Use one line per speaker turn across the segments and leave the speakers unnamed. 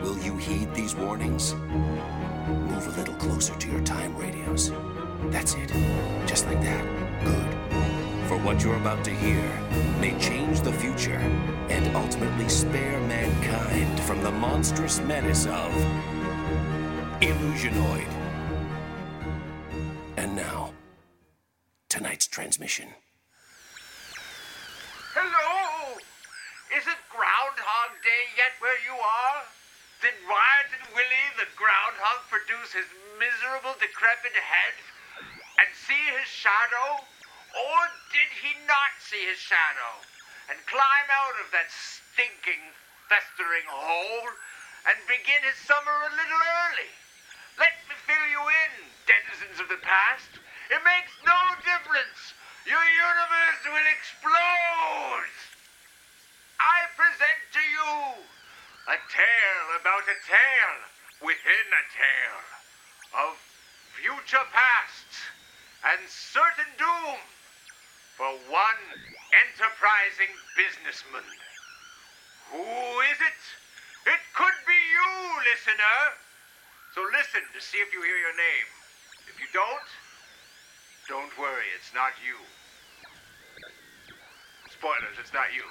Will you heed these warnings? Move a little closer to your time radios. That's it. Just like that. Good. For what you're about to hear may change the future and ultimately spare mankind from the monstrous menace of Illusionoid. And now, tonight's transmission.
Hello! Is it Groundhog Day yet where you are? Did Wyatt and Willie the groundhog produce his miserable decrepit head and see his shadow? Or did he not see his shadow and climb out of that stinking, festering hole and begin his summer a little early? Let me fill you in, denizens of the past. It makes no difference. Your universe will explode. I present to you a tale about a tale within a tale of future past and certain doom for one enterprising businessman. Who is it? It could be you, listener. So listen to see if you hear your name. If you don't, don't worry, it's not you. Spoilers, it's not you.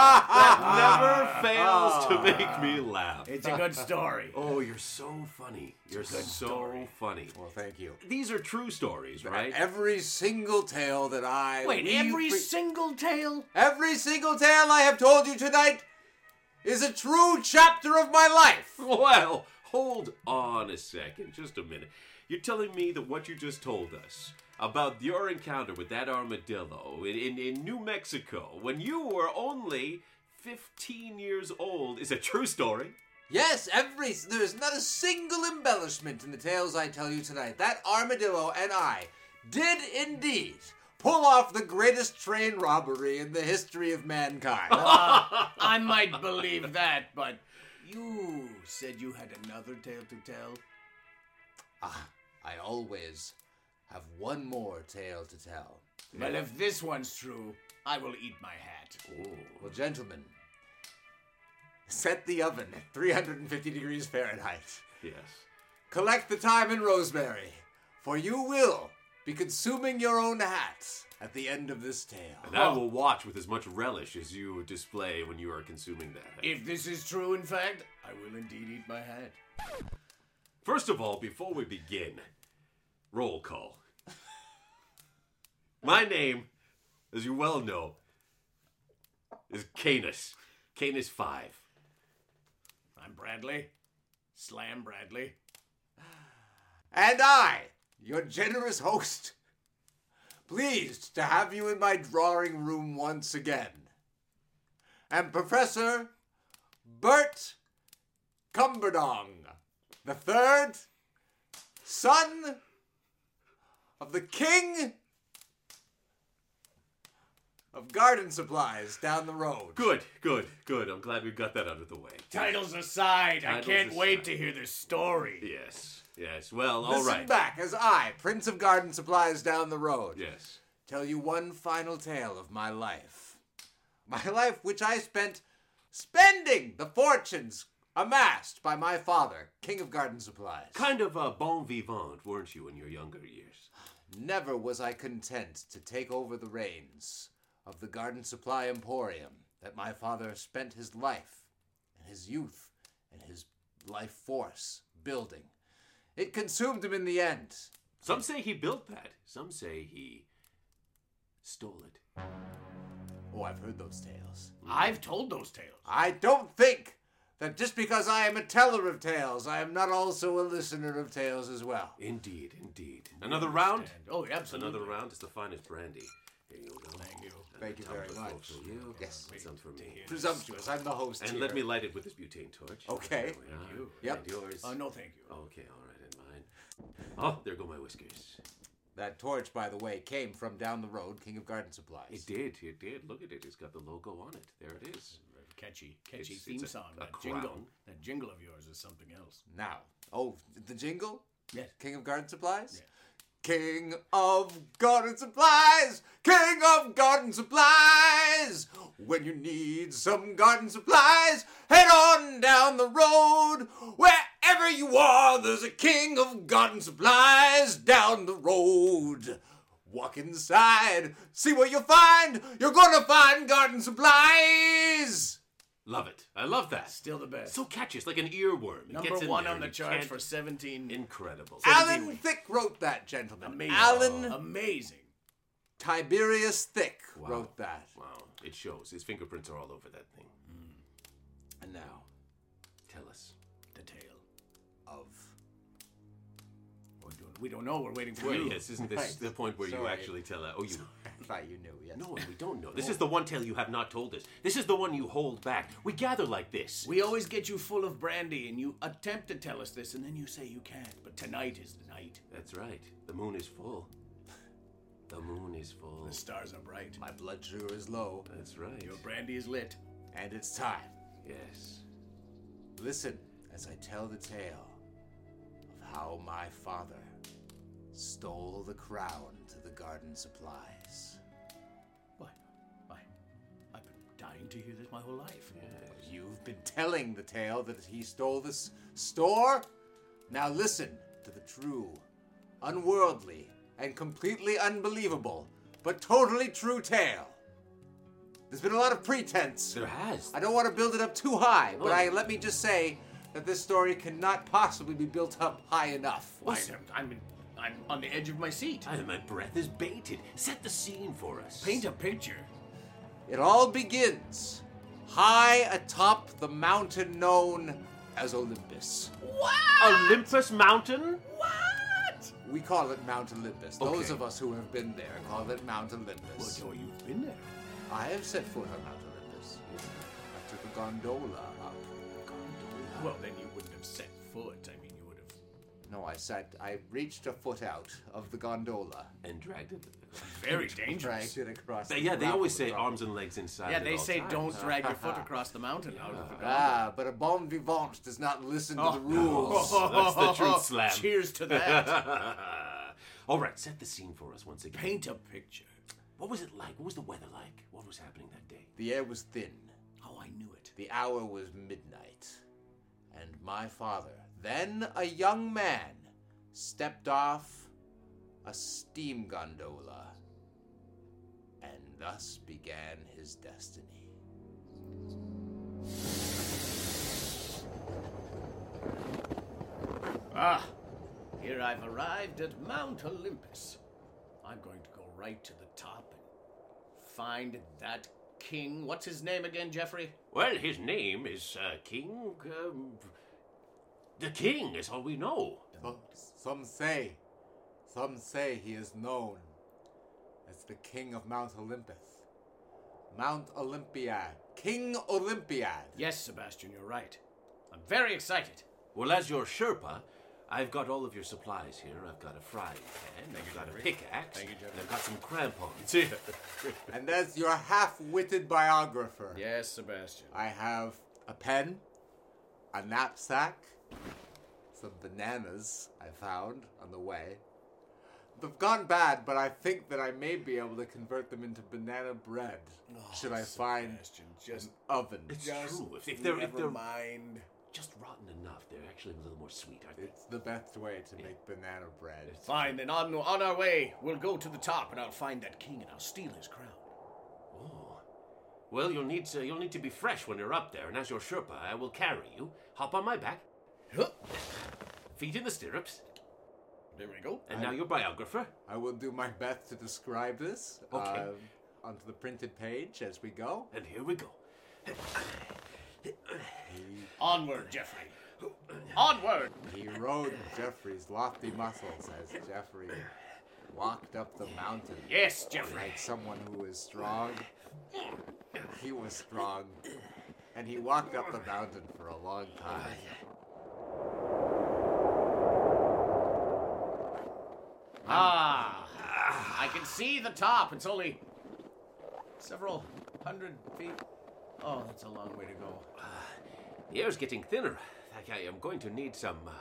Never fails to make me laugh.
It's a good story.
Oh, you're so funny. You're so funny.
Well, thank you.
These are true stories, right?
Every single tale that I
Wait,
leave
every
be-
single tale?
every single tale I have told you tonight is a true chapter of my life.
Well, hold on a second, just a minute. You're telling me that what you just told us about your encounter with that armadillo in, in, in New Mexico when you were only 15 years old is a true story?
Yes, every there is not a single embellishment in the tales I tell you tonight. That armadillo and I did indeed pull off the greatest train robbery in the history of mankind.
I might believe that, but you said you had another tale to tell.
ah, I always have one more tale to tell.
Well, if this one's true, I will eat my hat.
Well, gentlemen, set the oven at 350 degrees Fahrenheit.
Yes.
Collect the thyme and rosemary, for you will be consuming your own hats at the end of this
And
tale.
I will watch with as much relish as you display when you are consuming that.
If this is true, in fact, I will indeed eat my hat.
First of all, before we begin, roll call. My name, as you well know, is Canis. Canis 5.
I'm Bradley. Slam Bradley.
And I, your generous host, pleased to have you in my drawing room once again, am Professor Bert Cumberdong, the third son of the king of garden supplies down the road.
Good, good, good. I'm glad we got that out of the way.
Titles aside,
Titles
I can't wait
aside.
to hear this story.
Yes, yes. Well, all
Listen
right.
back as I, Prince of Garden Supplies down the road,
Yes.
tell you one final tale of my life. My life, which I spent spending the fortunes amassed by my father, king of garden supplies.
Kind of a bon vivant, weren't you, in your younger years?
Never was I content to take over the reins of the garden supply emporium that my father spent his life and his youth and his life force building. It consumed him in the end.
Some say he built that. Some say he stole it.
Oh, I've heard those tales.
I've told those tales.
I don't think that just because I am a teller of tales, I am not also a listener of tales as well.
Indeed, indeed. Another round.
And- oh, absolutely.
Another round is the finest brandy. Here you go. Thank you.
Thank you very much.
For you.
Yes.
And some for me.
Presumptuous, I'm the host.
And
here.
let me light it with this butane torch.
Okay.
There we are.
Yep.
And yours.
Uh, no, thank you.
Okay, all right, and mine. Oh, there go my whiskers.
That torch, by the way, came from down the road, King of Garden Supplies.
It did, it did. Look at it. It's got the logo on it. There it is.
Catchy, catchy
It's-
theme
it's a-
song.
a
that jingle,
crown.
that jingle of yours is something else.
Now, oh, the jingle?
Yes.
King of Garden Supplies?
Yeah.
King of Garden Supplies! King of Garden Supplies! When you need some garden supplies, head on down the road. Wherever you are, there's a King of Garden Supplies down the road. Walk inside, see what you'll find. You're gonna find garden supplies!
Love it. I love that.
Still the best.
so catchy. It's like an earworm. It
Number
gets in
one
there
on the
and you
charts
can't-
for 17.
Incredible.
Alan Thick wrote that, gentlemen.
amazing.
Alan
Amazing.
Tiberius Thick
Wow.
wrote that.
wow, it shows. His fingerprints are all over that thing.
And now,
Tell us.
The tale.
of
We're doing, we don't know. We're waiting for
Wait,
you.
yes, isn't this
Right.
the point where you
Sorry.
actually tell us? Oh, you.
thought you knew, yes.
No, we don't know. This is the one tale you have not told us. This is the one you hold back. We gather like this.
We always get you full of brandy, and you attempt to tell us this, and then you say you can't. But tonight is the night.
That's right. The moon is full. The moon is full.
The stars are bright.
My blood sugar is low,
That's right.
Your brandy is lit.
and it's time.
Yes.
Listen as I tell the tale of how my father stole the crown to the garden supplies.
Why? Why? I've been dying to hear this my whole life.
You've been telling the tale that he stole this store? Now listen to the true, unworldly, and completely unbelievable, but totally true tale. There's been a lot of pretense.
There has.
I don't want to build it up too high, but
Oh.
I let me just say that this story cannot possibly be built up high enough.
Why? I'm, I'm on the edge of my seat.
Tyler, my breath is baited. Set the scene for us.
Paint a picture.
It all begins high atop the mountain known as Olympus.
Olympus Mountain?
We call it Mount Olympus. Those
Okay.
of us who have been there call it Mount Olympus.
Oh, you've been there.
I have set foot on Mount Olympus. I took a gondola up.
Well, then you wouldn't have set foot. I mean, you would have
No, I sat. I reached a foot out of the gondola.
And dragged it.
very
Dragged
dangerous.
it across.
They-
the
yeah, they
gravel
always say
across-
arms and legs inside.
Yeah,
at
they
all
say
times.
don't drag your foot across the mountain out of the gondola.
Ah, but a bon vivant does not listen to the rules.
Oh, That's the truth slam.
Cheers to that.
all right, set the scene for us once again.
Paint a picture.
What was it like? What was the weather like? What was happening that day?
The air was thin.
Oh, I knew it.
The hour was midnight. And my father, then a young man, stepped off a steam gondola. And thus began his destiny.
Ah, here I've arrived at Mount Olympus. I'm going to go right to the top and find that king. What's his name again, Jeffrey?
Well, his name is uh, King. Um, the King is all we know.
Some, some say, some say he is known as the king of Mount Olympus. Mount Olympiad. King Olympiad.
Yes, Sebastian, you're right. I'm very excited.
Well, as your Sherpa, I've got all of your supplies here. I've got a frying pan, I've got a pickaxe, and I've got some crampons.
And that's your half witted biographer.
Yes, Sebastian.
I have a pen, a knapsack, some bananas I found on the way. They've gone bad, but I think that I may be able to convert them into banana bread.
Oh,
should I find
Sebastian, just
oven?
It's true. If, if they're, if they're
mind.
just rotten enough. They're actually a little more sweet, aren't they?
It's the best way to make banana bread.
Fine, then on, on our way, we'll go to the top and I'll find that king and I'll steal his crown.
Oh. Well, you'll need to you'll need to be fresh when you're up there, and as your Sherpa, I will carry you. Hop on my back,
Huh.
feet in the stirrups,
There we go.
and now your biographer.
I will do my best to describe this
Okay.
um, onto the printed page as we go.
And here we go.
Onward, Jeffrey. Onward.
He rode Jeffrey's lofty muscles as Jeffrey walked up the mountain.
Yes, Jeffrey.
Like someone who was strong. He was strong. And he walked up the mountain for a long time.
Ah, I can see the top. It's only several hundred feet. Oh, that's a long way to go.
The air's getting thinner. Like, I am going to need some uh,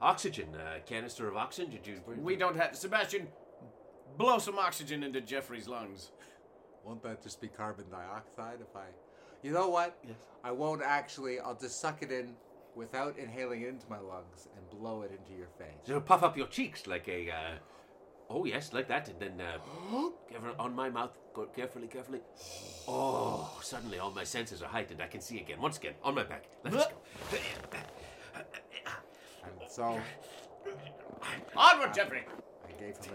oxygen. Uh, canister of oxygen? Did you?
We don't have Sebastian. Blow some oxygen into Jeffrey's lungs.
Won't that just be carbon dioxide if I. You know what? I won't actually. I'll just suck it in without inhaling it into my lungs and blow it into your face.
It'll puff up your cheeks like a. Uh, oh yes, like that, and then uh, careful, on my mouth, go carefully, carefully. Oh, suddenly all my senses are heightened. I can see again, once again, on my back. Let's go.
And so
Onward, Jeffrey.
I gave him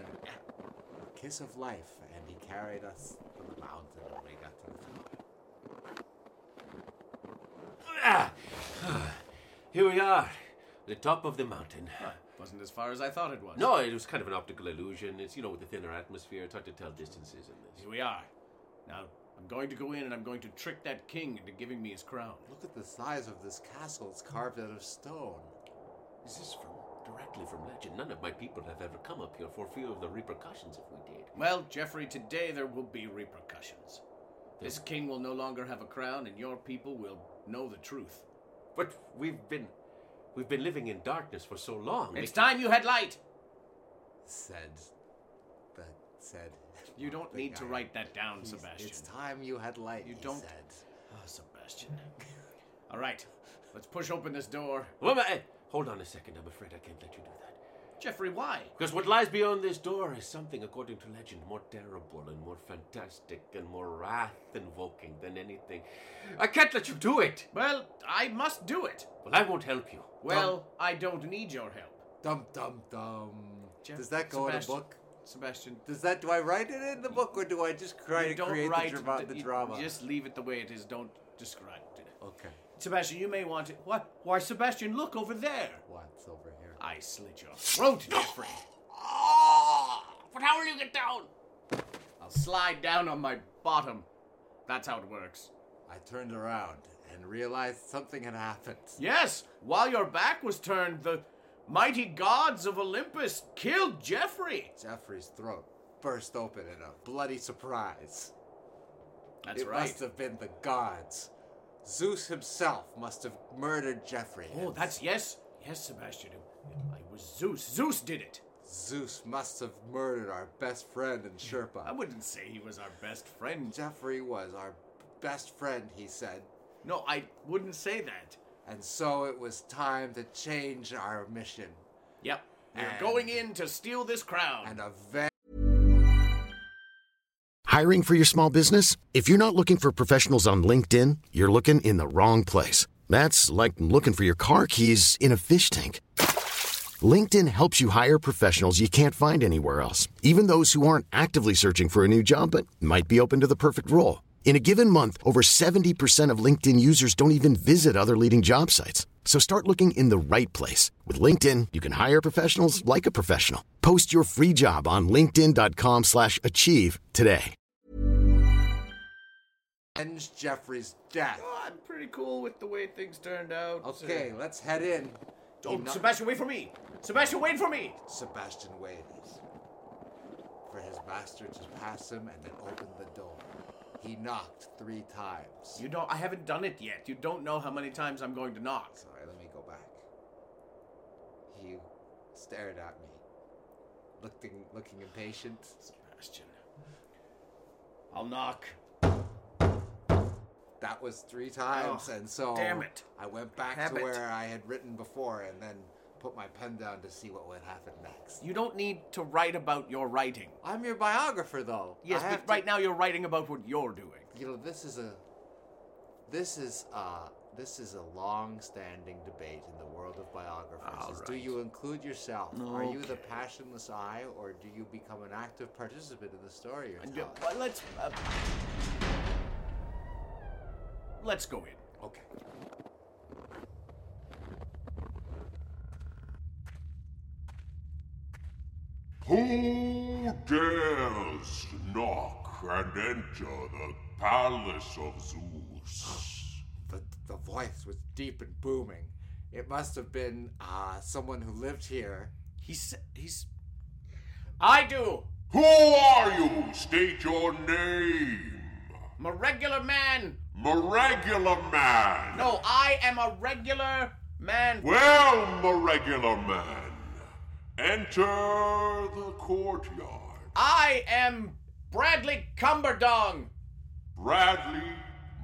a kiss of life, and he carried us to the mountain when we got to the top.
Ah! Here we are, the top of the mountain.
Wasn't as far as I thought it was.
No, it was kind of an optical illusion. It's you know with the thinner atmosphere, it's hard to tell distances in this.
Here we are. Now, I'm going to go in and I'm going to trick that king into giving me his crown.
Look at the size of this castle. It's carved out of stone.
This is from directly from legend. None of my people have ever come up here for fear of the repercussions if we did.
Well, Jeffrey, today there will be repercussions. This
Hmm.
king will no longer have a crown, and your people will know the truth.
But we've been we've been living in darkness for so long.
It's time you had light!
Said. That said.
You don't
the
need to
guy.
write that down,
He's-
Sebastian.
It's time you had light.
You
he
don't-
Said.
Ah, Sebastian. All right, let's push open this door.
Well, but, eh, hold on a second. I'm afraid I can't let you do that.
Jeffrey, why?
Because what lies beyond this door is something, according to legend, more terrible and more fantastic and more wrath-invoking than anything. I can't let you do it.
Well, I must do it.
Well, I won't help you.
Well, I don't need your help.
Dum dum dum.
Jeff-
Does that go
Sebastian-
in a book?
Sebastian,
Does that do I write it in the book or do I just try
you
to
don't
create
write
the, drama,
th-
the
you-
drama?
Just leave it the way it is. Don't describe it.
Okay.
Sebastian, you may want to. What? Why, Sebastian? Look over there.
What's over here?
I slit your throat, Jeffrey.
But how will you get down?
I'll slide down on my bottom. That's how it works.
I turned around and realized something had happened.
Yes, while your back was turned, the mighty gods of Olympus killed Jeffrey.
Jeffrey's throat burst open in a bloody surprise.
That's
it
right.
must have been the gods. Zeus himself must have murdered Jeffrey.
Oh,
and
that's yes, yes, Sebastian. It was Zeus. Zeus did it.
Zeus must have murdered our best friend and
I
Sherpa.
wouldn't say he was our best friend.
Jeffrey was our best friend, he said.
No, I wouldn't say that.
And so it was time to change our mission.
Yep. You're
And-
going in to steal this crown.
And a very
Hiring for your small business? If you're not looking for professionals on LinkedIn, you're looking in the wrong place. That's like looking for your car keys in a fish tank. LinkedIn helps you hire professionals you can't find anywhere else, even those who aren't actively searching for a new job but might be open to the perfect role. In a given month, over 70% of LinkedIn users don't even visit other leading job sites. So start looking in the right place. With LinkedIn, you can hire professionals like a professional. Post your free job on linkedin.com/achieve slash achieve today.
avenge Jeffrey's death.
Oh, I'm pretty cool with the way things turned out.
Okay, let's head in.
Oh,
Enough-
Sebastian, wait for me. Sebastian, wait for me.
Sebastian waited for his master to pass him and then opened the door. He knocked three times.
You don't. I haven't done it yet. You don't know how many times I'm going to knock.
Sorry, let me go back. He stared at me, looking looking impatient.
Sebastian, I'll knock.
That was three times,
Oh,
and so
damn it.
I went back
Habit.
to where I had written before, and then put my pen down to see what would happen next.
You don't need to write about your writing.
I'm your biographer, though.
Yes,
I have
but
to-
right now you're writing about what you're doing.
you know this is a this is uh this is a long-standing debate in the world of biographers is do you include yourself are you the passionless eye or do you become an active participant in the story you're
And,
telling?
uh, well, let's uh, let's go in.
okay
Who dares knock and enter the palace of Zeus?
the, the voice was deep and booming it must have been uh someone who lived here
He's he's. I do.
Who are you? State your name.
I'm a regular man.
Miragular man.
No, I am a regular man.
Well, Miragular man, enter the courtyard.
I am Bradley Cumberdong.
Bradley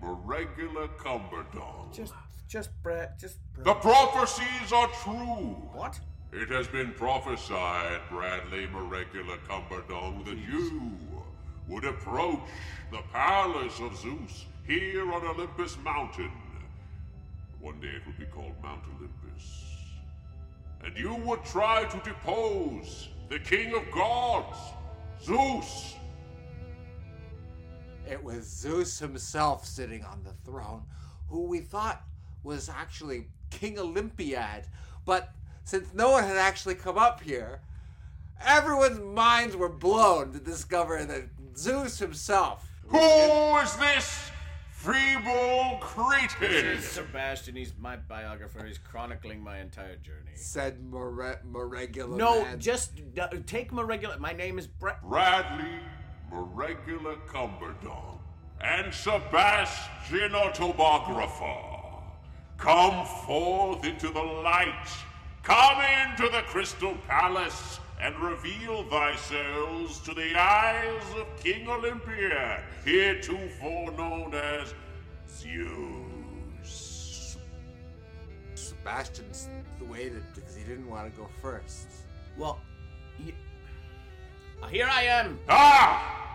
Miragular Cumberdong.
Just, just Brad, just Brad.
the prophecies are true.
What?
It has been prophesied, Bradley Miracular Cumberdong, that you would approach the palace of Zeus here on Olympus Mountain. One day it will be called Mount Olympus. And you would try to depose the king of gods, Zeus.
It was Zeus himself sitting on the throne, who we thought was actually King Olympiad. But since no one had actually come up here, everyone's minds were blown to discover that Zeus himself.
Who is this feeble cretin?
Sebastian. He's my biographer. He's chronicling my entire journey.
Said Mere- Meregula.
No,
man.
just uh, take my regular. My name is Brad.
Bradley Regular Cumberdong and Sebastian Autobiographer. Come forth into the light. Come into the Crystal Palace and reveal thyselves to the eyes of King Olympiad, heretofore known as Zeus.
Sebastian s- waited because he didn't want to go first.
Well, y- uh, here I am.
Ah!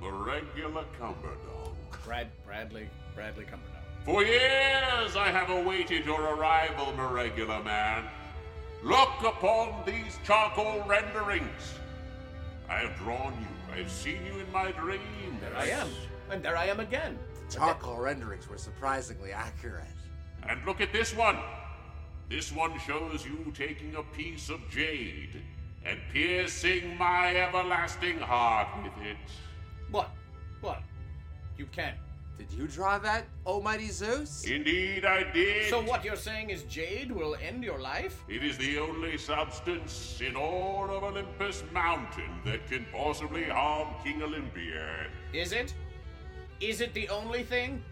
Regular Cumberdong.
Brad Bradley Bradley Cumberdown.
For years I have awaited your arrival, Meregula Man. Look upon these charcoal renderings. I have drawn you. I have seen you in my dreams.
There I am, and there I am again.
The charcoal renderings were surprisingly accurate.
And look at this one. This one shows you taking a piece of jade and piercing my everlasting heart with it.
What? What? You can.
Did you draw that, Almighty Zeus?
Indeed, I did.
So what you're saying is jade will end your life?
It is the only substance in all of Olympus Mountain that can possibly harm King Olympiad.
Is it? Is it the only thing?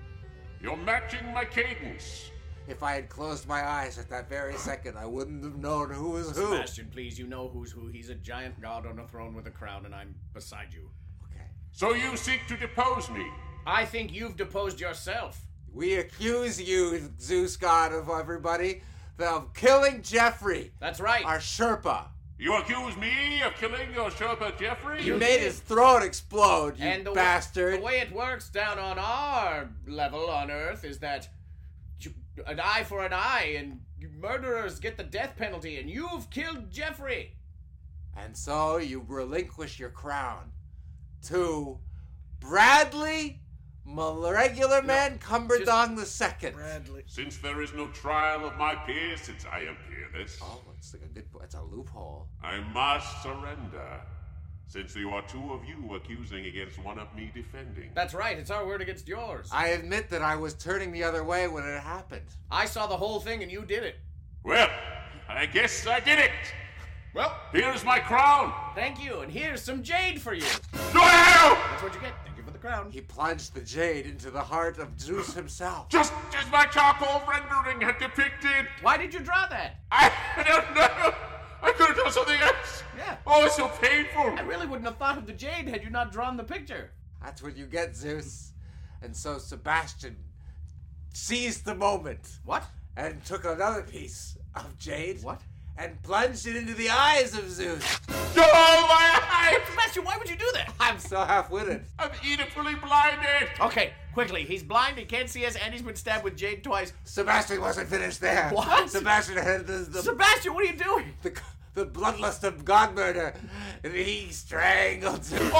You're matching my cadence.
If I had closed my eyes at that very second, I wouldn't have known who was who.
Sebastian, please, you know who's who. He's a giant god on a throne with a crown, and I'm beside you.
Okay.
So you seek to depose me.
I think you've deposed yourself.
We accuse you, Zeus god of everybody, of killing Jeffrey,
That's right.
our Sherpa.
You accuse me of killing your Sherpa Jeffrey?
You made his throat explode, you
and the wa-
bastard.
the way it works down on our level on Earth is that you- an eye for an eye, and you murderers get the death penalty, and you've killed Jeffrey.
and so you relinquish your crown to Bradley, Mal- regular man Cumberdong the Second.
Bradley.
Since there is no trial of my peers, since I am peerless,
Oh, it's like a good. It's a loophole.
I must surrender. Since there are two of you accusing against one of me defending.
That's right. It's our word against yours.
I admit that I was turning the other way when it happened.
I saw the whole thing, and you did it.
Well, I guess I did it. Well, here's my crown.
Thank you, and here's some jade for you.
No!
That's what you get. Thank you for the crown.
He plunged the jade into the heart of Zeus himself.
Just as my charcoal rendering had depicted.
Why did you draw that?
I, I don't know. I could have done something else.
Yeah.
Oh, it's so painful.
I really wouldn't have thought of the jade had you not drawn the picture.
That's what you get, Zeus. And so Sebastian
seized the moment
What?
and took another piece of jade.
What?
And plunged it into the eyes of Zeus.
Oh, my eyes!
Sebastian, why would you do that?
I'm so half-witted.
I'm edipally blinded!
Okay, quickly. He's blind. He can't see us, and he's been stabbed with jade twice.
Sebastian wasn't finished there.
What?
Sebastian had the the,
Sebastian, what are you doing?
the, the bloodlust of god murder, and he strangled Zeus.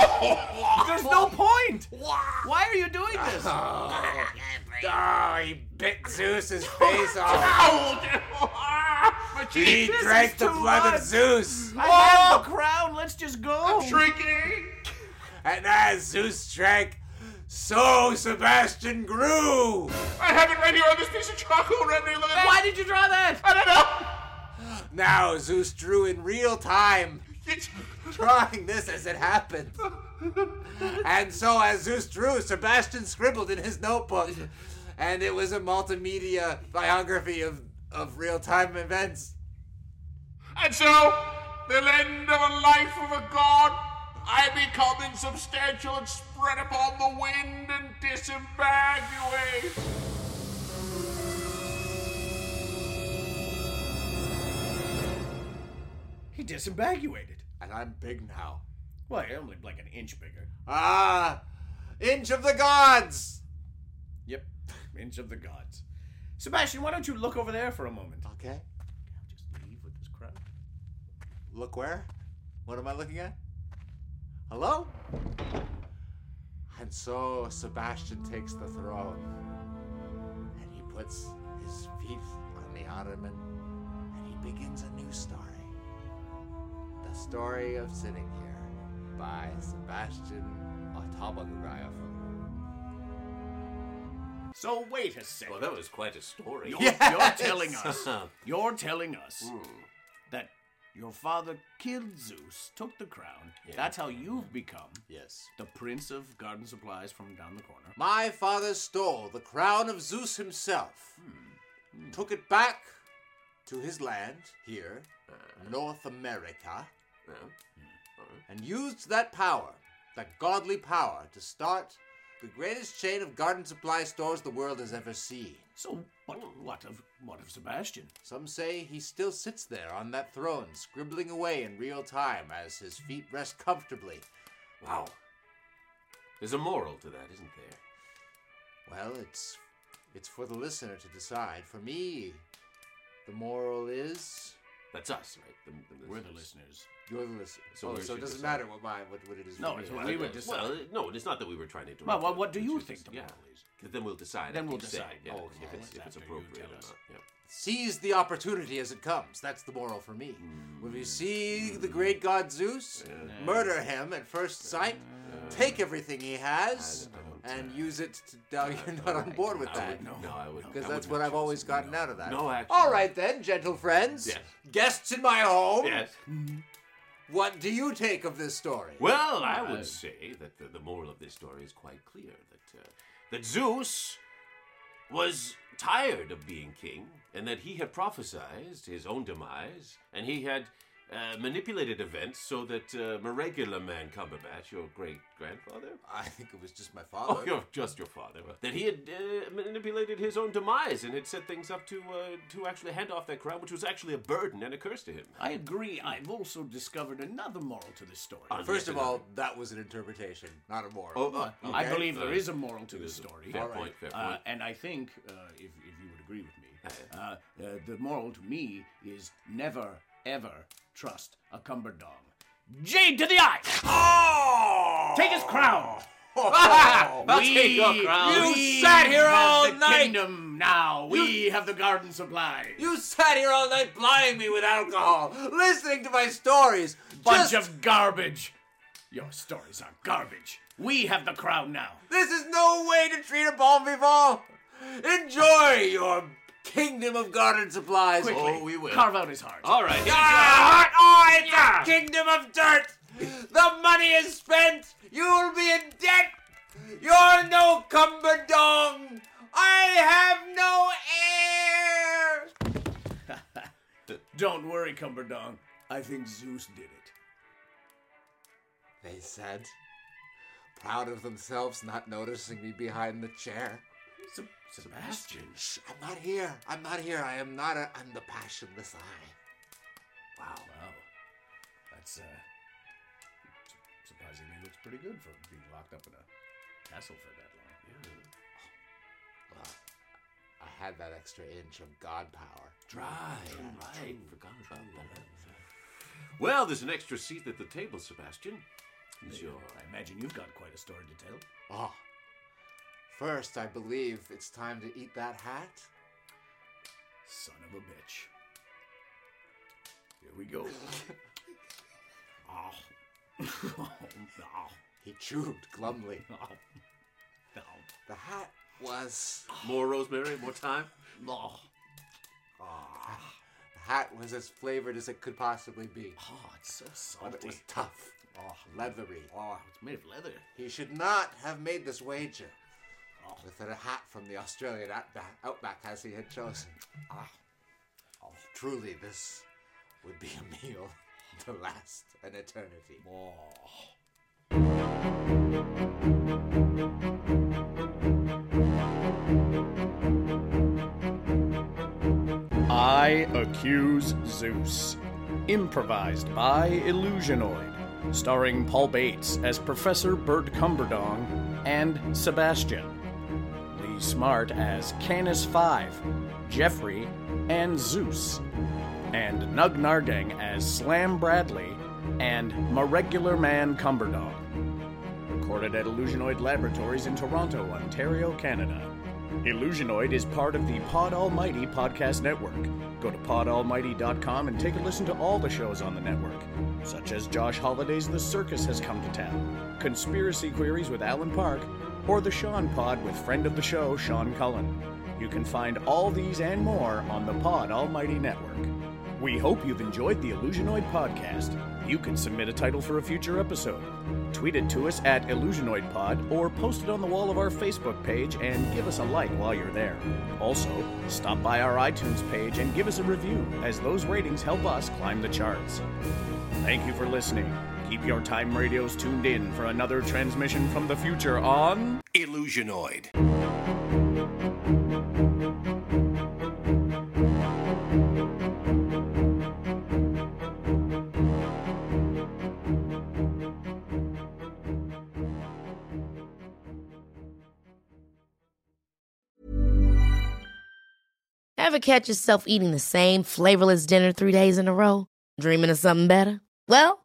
There's no point. Why are you doing this?
Oh, he bit Zeus's face off.
Ow! Ah, My
He
cheek!
is
drank the
too
blood
much.
of Zeus.
I have the crown. Let's just go.
Shrinking!
And as Zeus drank, so Sebastian grew.
I have it right here on this piece of charcoal right there. Look at
Why
that.
did you draw that?
I don't
Now Zeus drew in real time,
know. It's-
drawing this as it happened. And so as Zeus drew, Sebastian scribbled in his notebook. And it was a multimedia biography of, of real time events.
And so, the end of a life of a god, I become insubstantial and spread upon the wind and disambiguate.
He disambiguated.
And I'm big now.
Well, you're only like an inch bigger.
Ah, inch of the gods.
Yep, inch of the gods. Sebastian, why don't you look over there for a moment?
Okay.
Just leave with this crowd.
Look where? What am I looking at? Hello? And so Sebastian takes the throne. And he puts his feet on the ottoman. And he begins a new story. The story of sitting here by Sebastian Otomagrayev.
So wait a second.
Well, that was quite a story.
You're, you're telling us.
Uh-huh.
You're telling us
Hmm.
that your father killed Zeus, took the crown. That's how you've become
Yes.
the prince of garden supplies from down the corner.
My father stole the crown of Zeus himself,
Hmm.
took it back to his land here,
Uh-huh.
North America, and used that power, that godly power, to start the greatest chain of garden supply stores the world has ever seen.
So what?
Hmm.
What of what of Sebastian?
Some say he still sits there on that throne, scribbling away in real time as his feet rest comfortably.
Wow. There's a moral to that, isn't there?
Well, it's it's for the listener to decide. For me, the moral is
That's us, right? The, the
We're the
listeners.
listeners.
you're the listener.
So
oh,
we
so
should
it doesn't
decide.
matter what mine what, what it is.
No,
for me.
it's what we would
Well,
decide.
uh, no, it's not that we were trying to interrupt.
Well, well,
you.
what do
It's
you
just-
think the
yeah.
moral is?
'Cause Then we'll decide.
Then
if
we'll
we say,
decide.
yeah,
Oh, okay.
if it's, if
After
it's
you
appropriate
tell
or
us.
not. Yeah.
Seize the opportunity as it comes. That's the moral for me. When
Mm.
you see the great god Zeus, murder him at first sight, take everything he has, and use it to. Now you're not on board with that.
No, I would.
Because that's what I've always gotten out of that.
No, actually.
All right then, gentle friends,
Yes.
guests in my home,
Yes.
what do you take of this story?
Well, I
uh,
would say that the, the moral of this story is quite clear that uh, that Zeus was tired of being king, and that he had prophesied his own demise, and he had uh, manipulated events so that uh, Meregula Man Cumberbatch, your great grandfather,
I think it was just my
oh,
father.
you're just your father, that he had uh, manipulated his own demise and had set things up to uh, to actually hand off that crown, which was actually a burden and a curse to him.
I agree. I've also discovered another moral to this story.
On
First
yet
of
another-
all, that was an interpretation, not a moral.
Oh, uh,
I
okay.
believe there
Uh,
is a moral to this story.
Fair point. Fair point.
Uh, and I think, uh, if, if you would agree with me, uh, uh, the moral to me is never, ever trust a cumberdong. Jade to the eye! Oh! Take his crown!
Oh!
I'll Oh. take your crown.
You sat here all the night. kingdom now. We have the garden supply.
You sat here all night blinding me with alcohol, listening to my stories.
bunch
Just-
of garbage. Your stories are garbage. We have the crown now.
Oh,
This is no way to treat a bon vivant. Enjoy your kingdom of garden supplies.
Quickly,
Oh, we will.
carve out his heart.
All right.
Ah, oh, it's a kingdom of dirt. The money is spent. You will be in debt. You're no cumberdong. I have no heir.
Don't worry, Cumberdong. I think Zeus did it.
They said, proud of themselves not noticing me behind the chair.
Seb- Sebastian.
Shh, I'm not here. I'm not here. I am not a. I'm the passionless eye.
Wow. Wow. That's, uh. su- Surprisingly looks pretty good for being locked up in a castle for that long.
Well, I had that extra inch of god power.
Dry. Right. Forgot about that. Well, there's an extra seat at the table, Sebastian. Is your
I imagine you've got quite a story to tell.
Oh. First, I believe it's time to eat that hat.
Son of a bitch. Here we go. Ah. Ow. Ow. Ah.
He chewed glumly.
Ow. Ow.
The hat was.
more rosemary, more time?
Ow.
The hat was as flavored as it could possibly be.
Oh, it's so
But it
salty.
was tough. leathery.
Oh, it's made of leather.
He should not have made this wager with a hat from the Australian outback, outback as he had chosen. Ah, oh, truly, this would be a meal to last an eternity.
I Accuse Zeus. Improvised by Illusionoid. Starring Paul Bates as Professor Bert Cumberdong and Sebastian. Lee Smart as Canis Five, Jeffrey, and Zeus. And Nug Nardeng as Slam Bradley and Maregular Man Cumberdong. Recorded at Illusionoid Laboratories in Toronto, Ontario, Canada. Illusionoid is part of the Pod Almighty podcast network. Go to podalmighty.com and take a listen to all the shows on the network, such as Josh Holliday's The Circus Has Come to Town, Conspiracy Queries with Alan Park, or The Sean Pod with friend of the show, Sean Cullen. You can find all these and more on the Pod Almighty network. We hope you've enjoyed the Illusionoid podcast. You can submit a title for a future episode. Tweet it to us at IllusionoidPod or post it on the wall of our Facebook page and give us a like while you're there. Also, stop by our iTunes page and give us a review, as those ratings help us climb the charts. Thank you for listening. Keep your time radios tuned in for another transmission from the future on.
Illusionoid.
Ever catch yourself eating the same flavorless dinner three days in a row? Dreaming of something better? Well,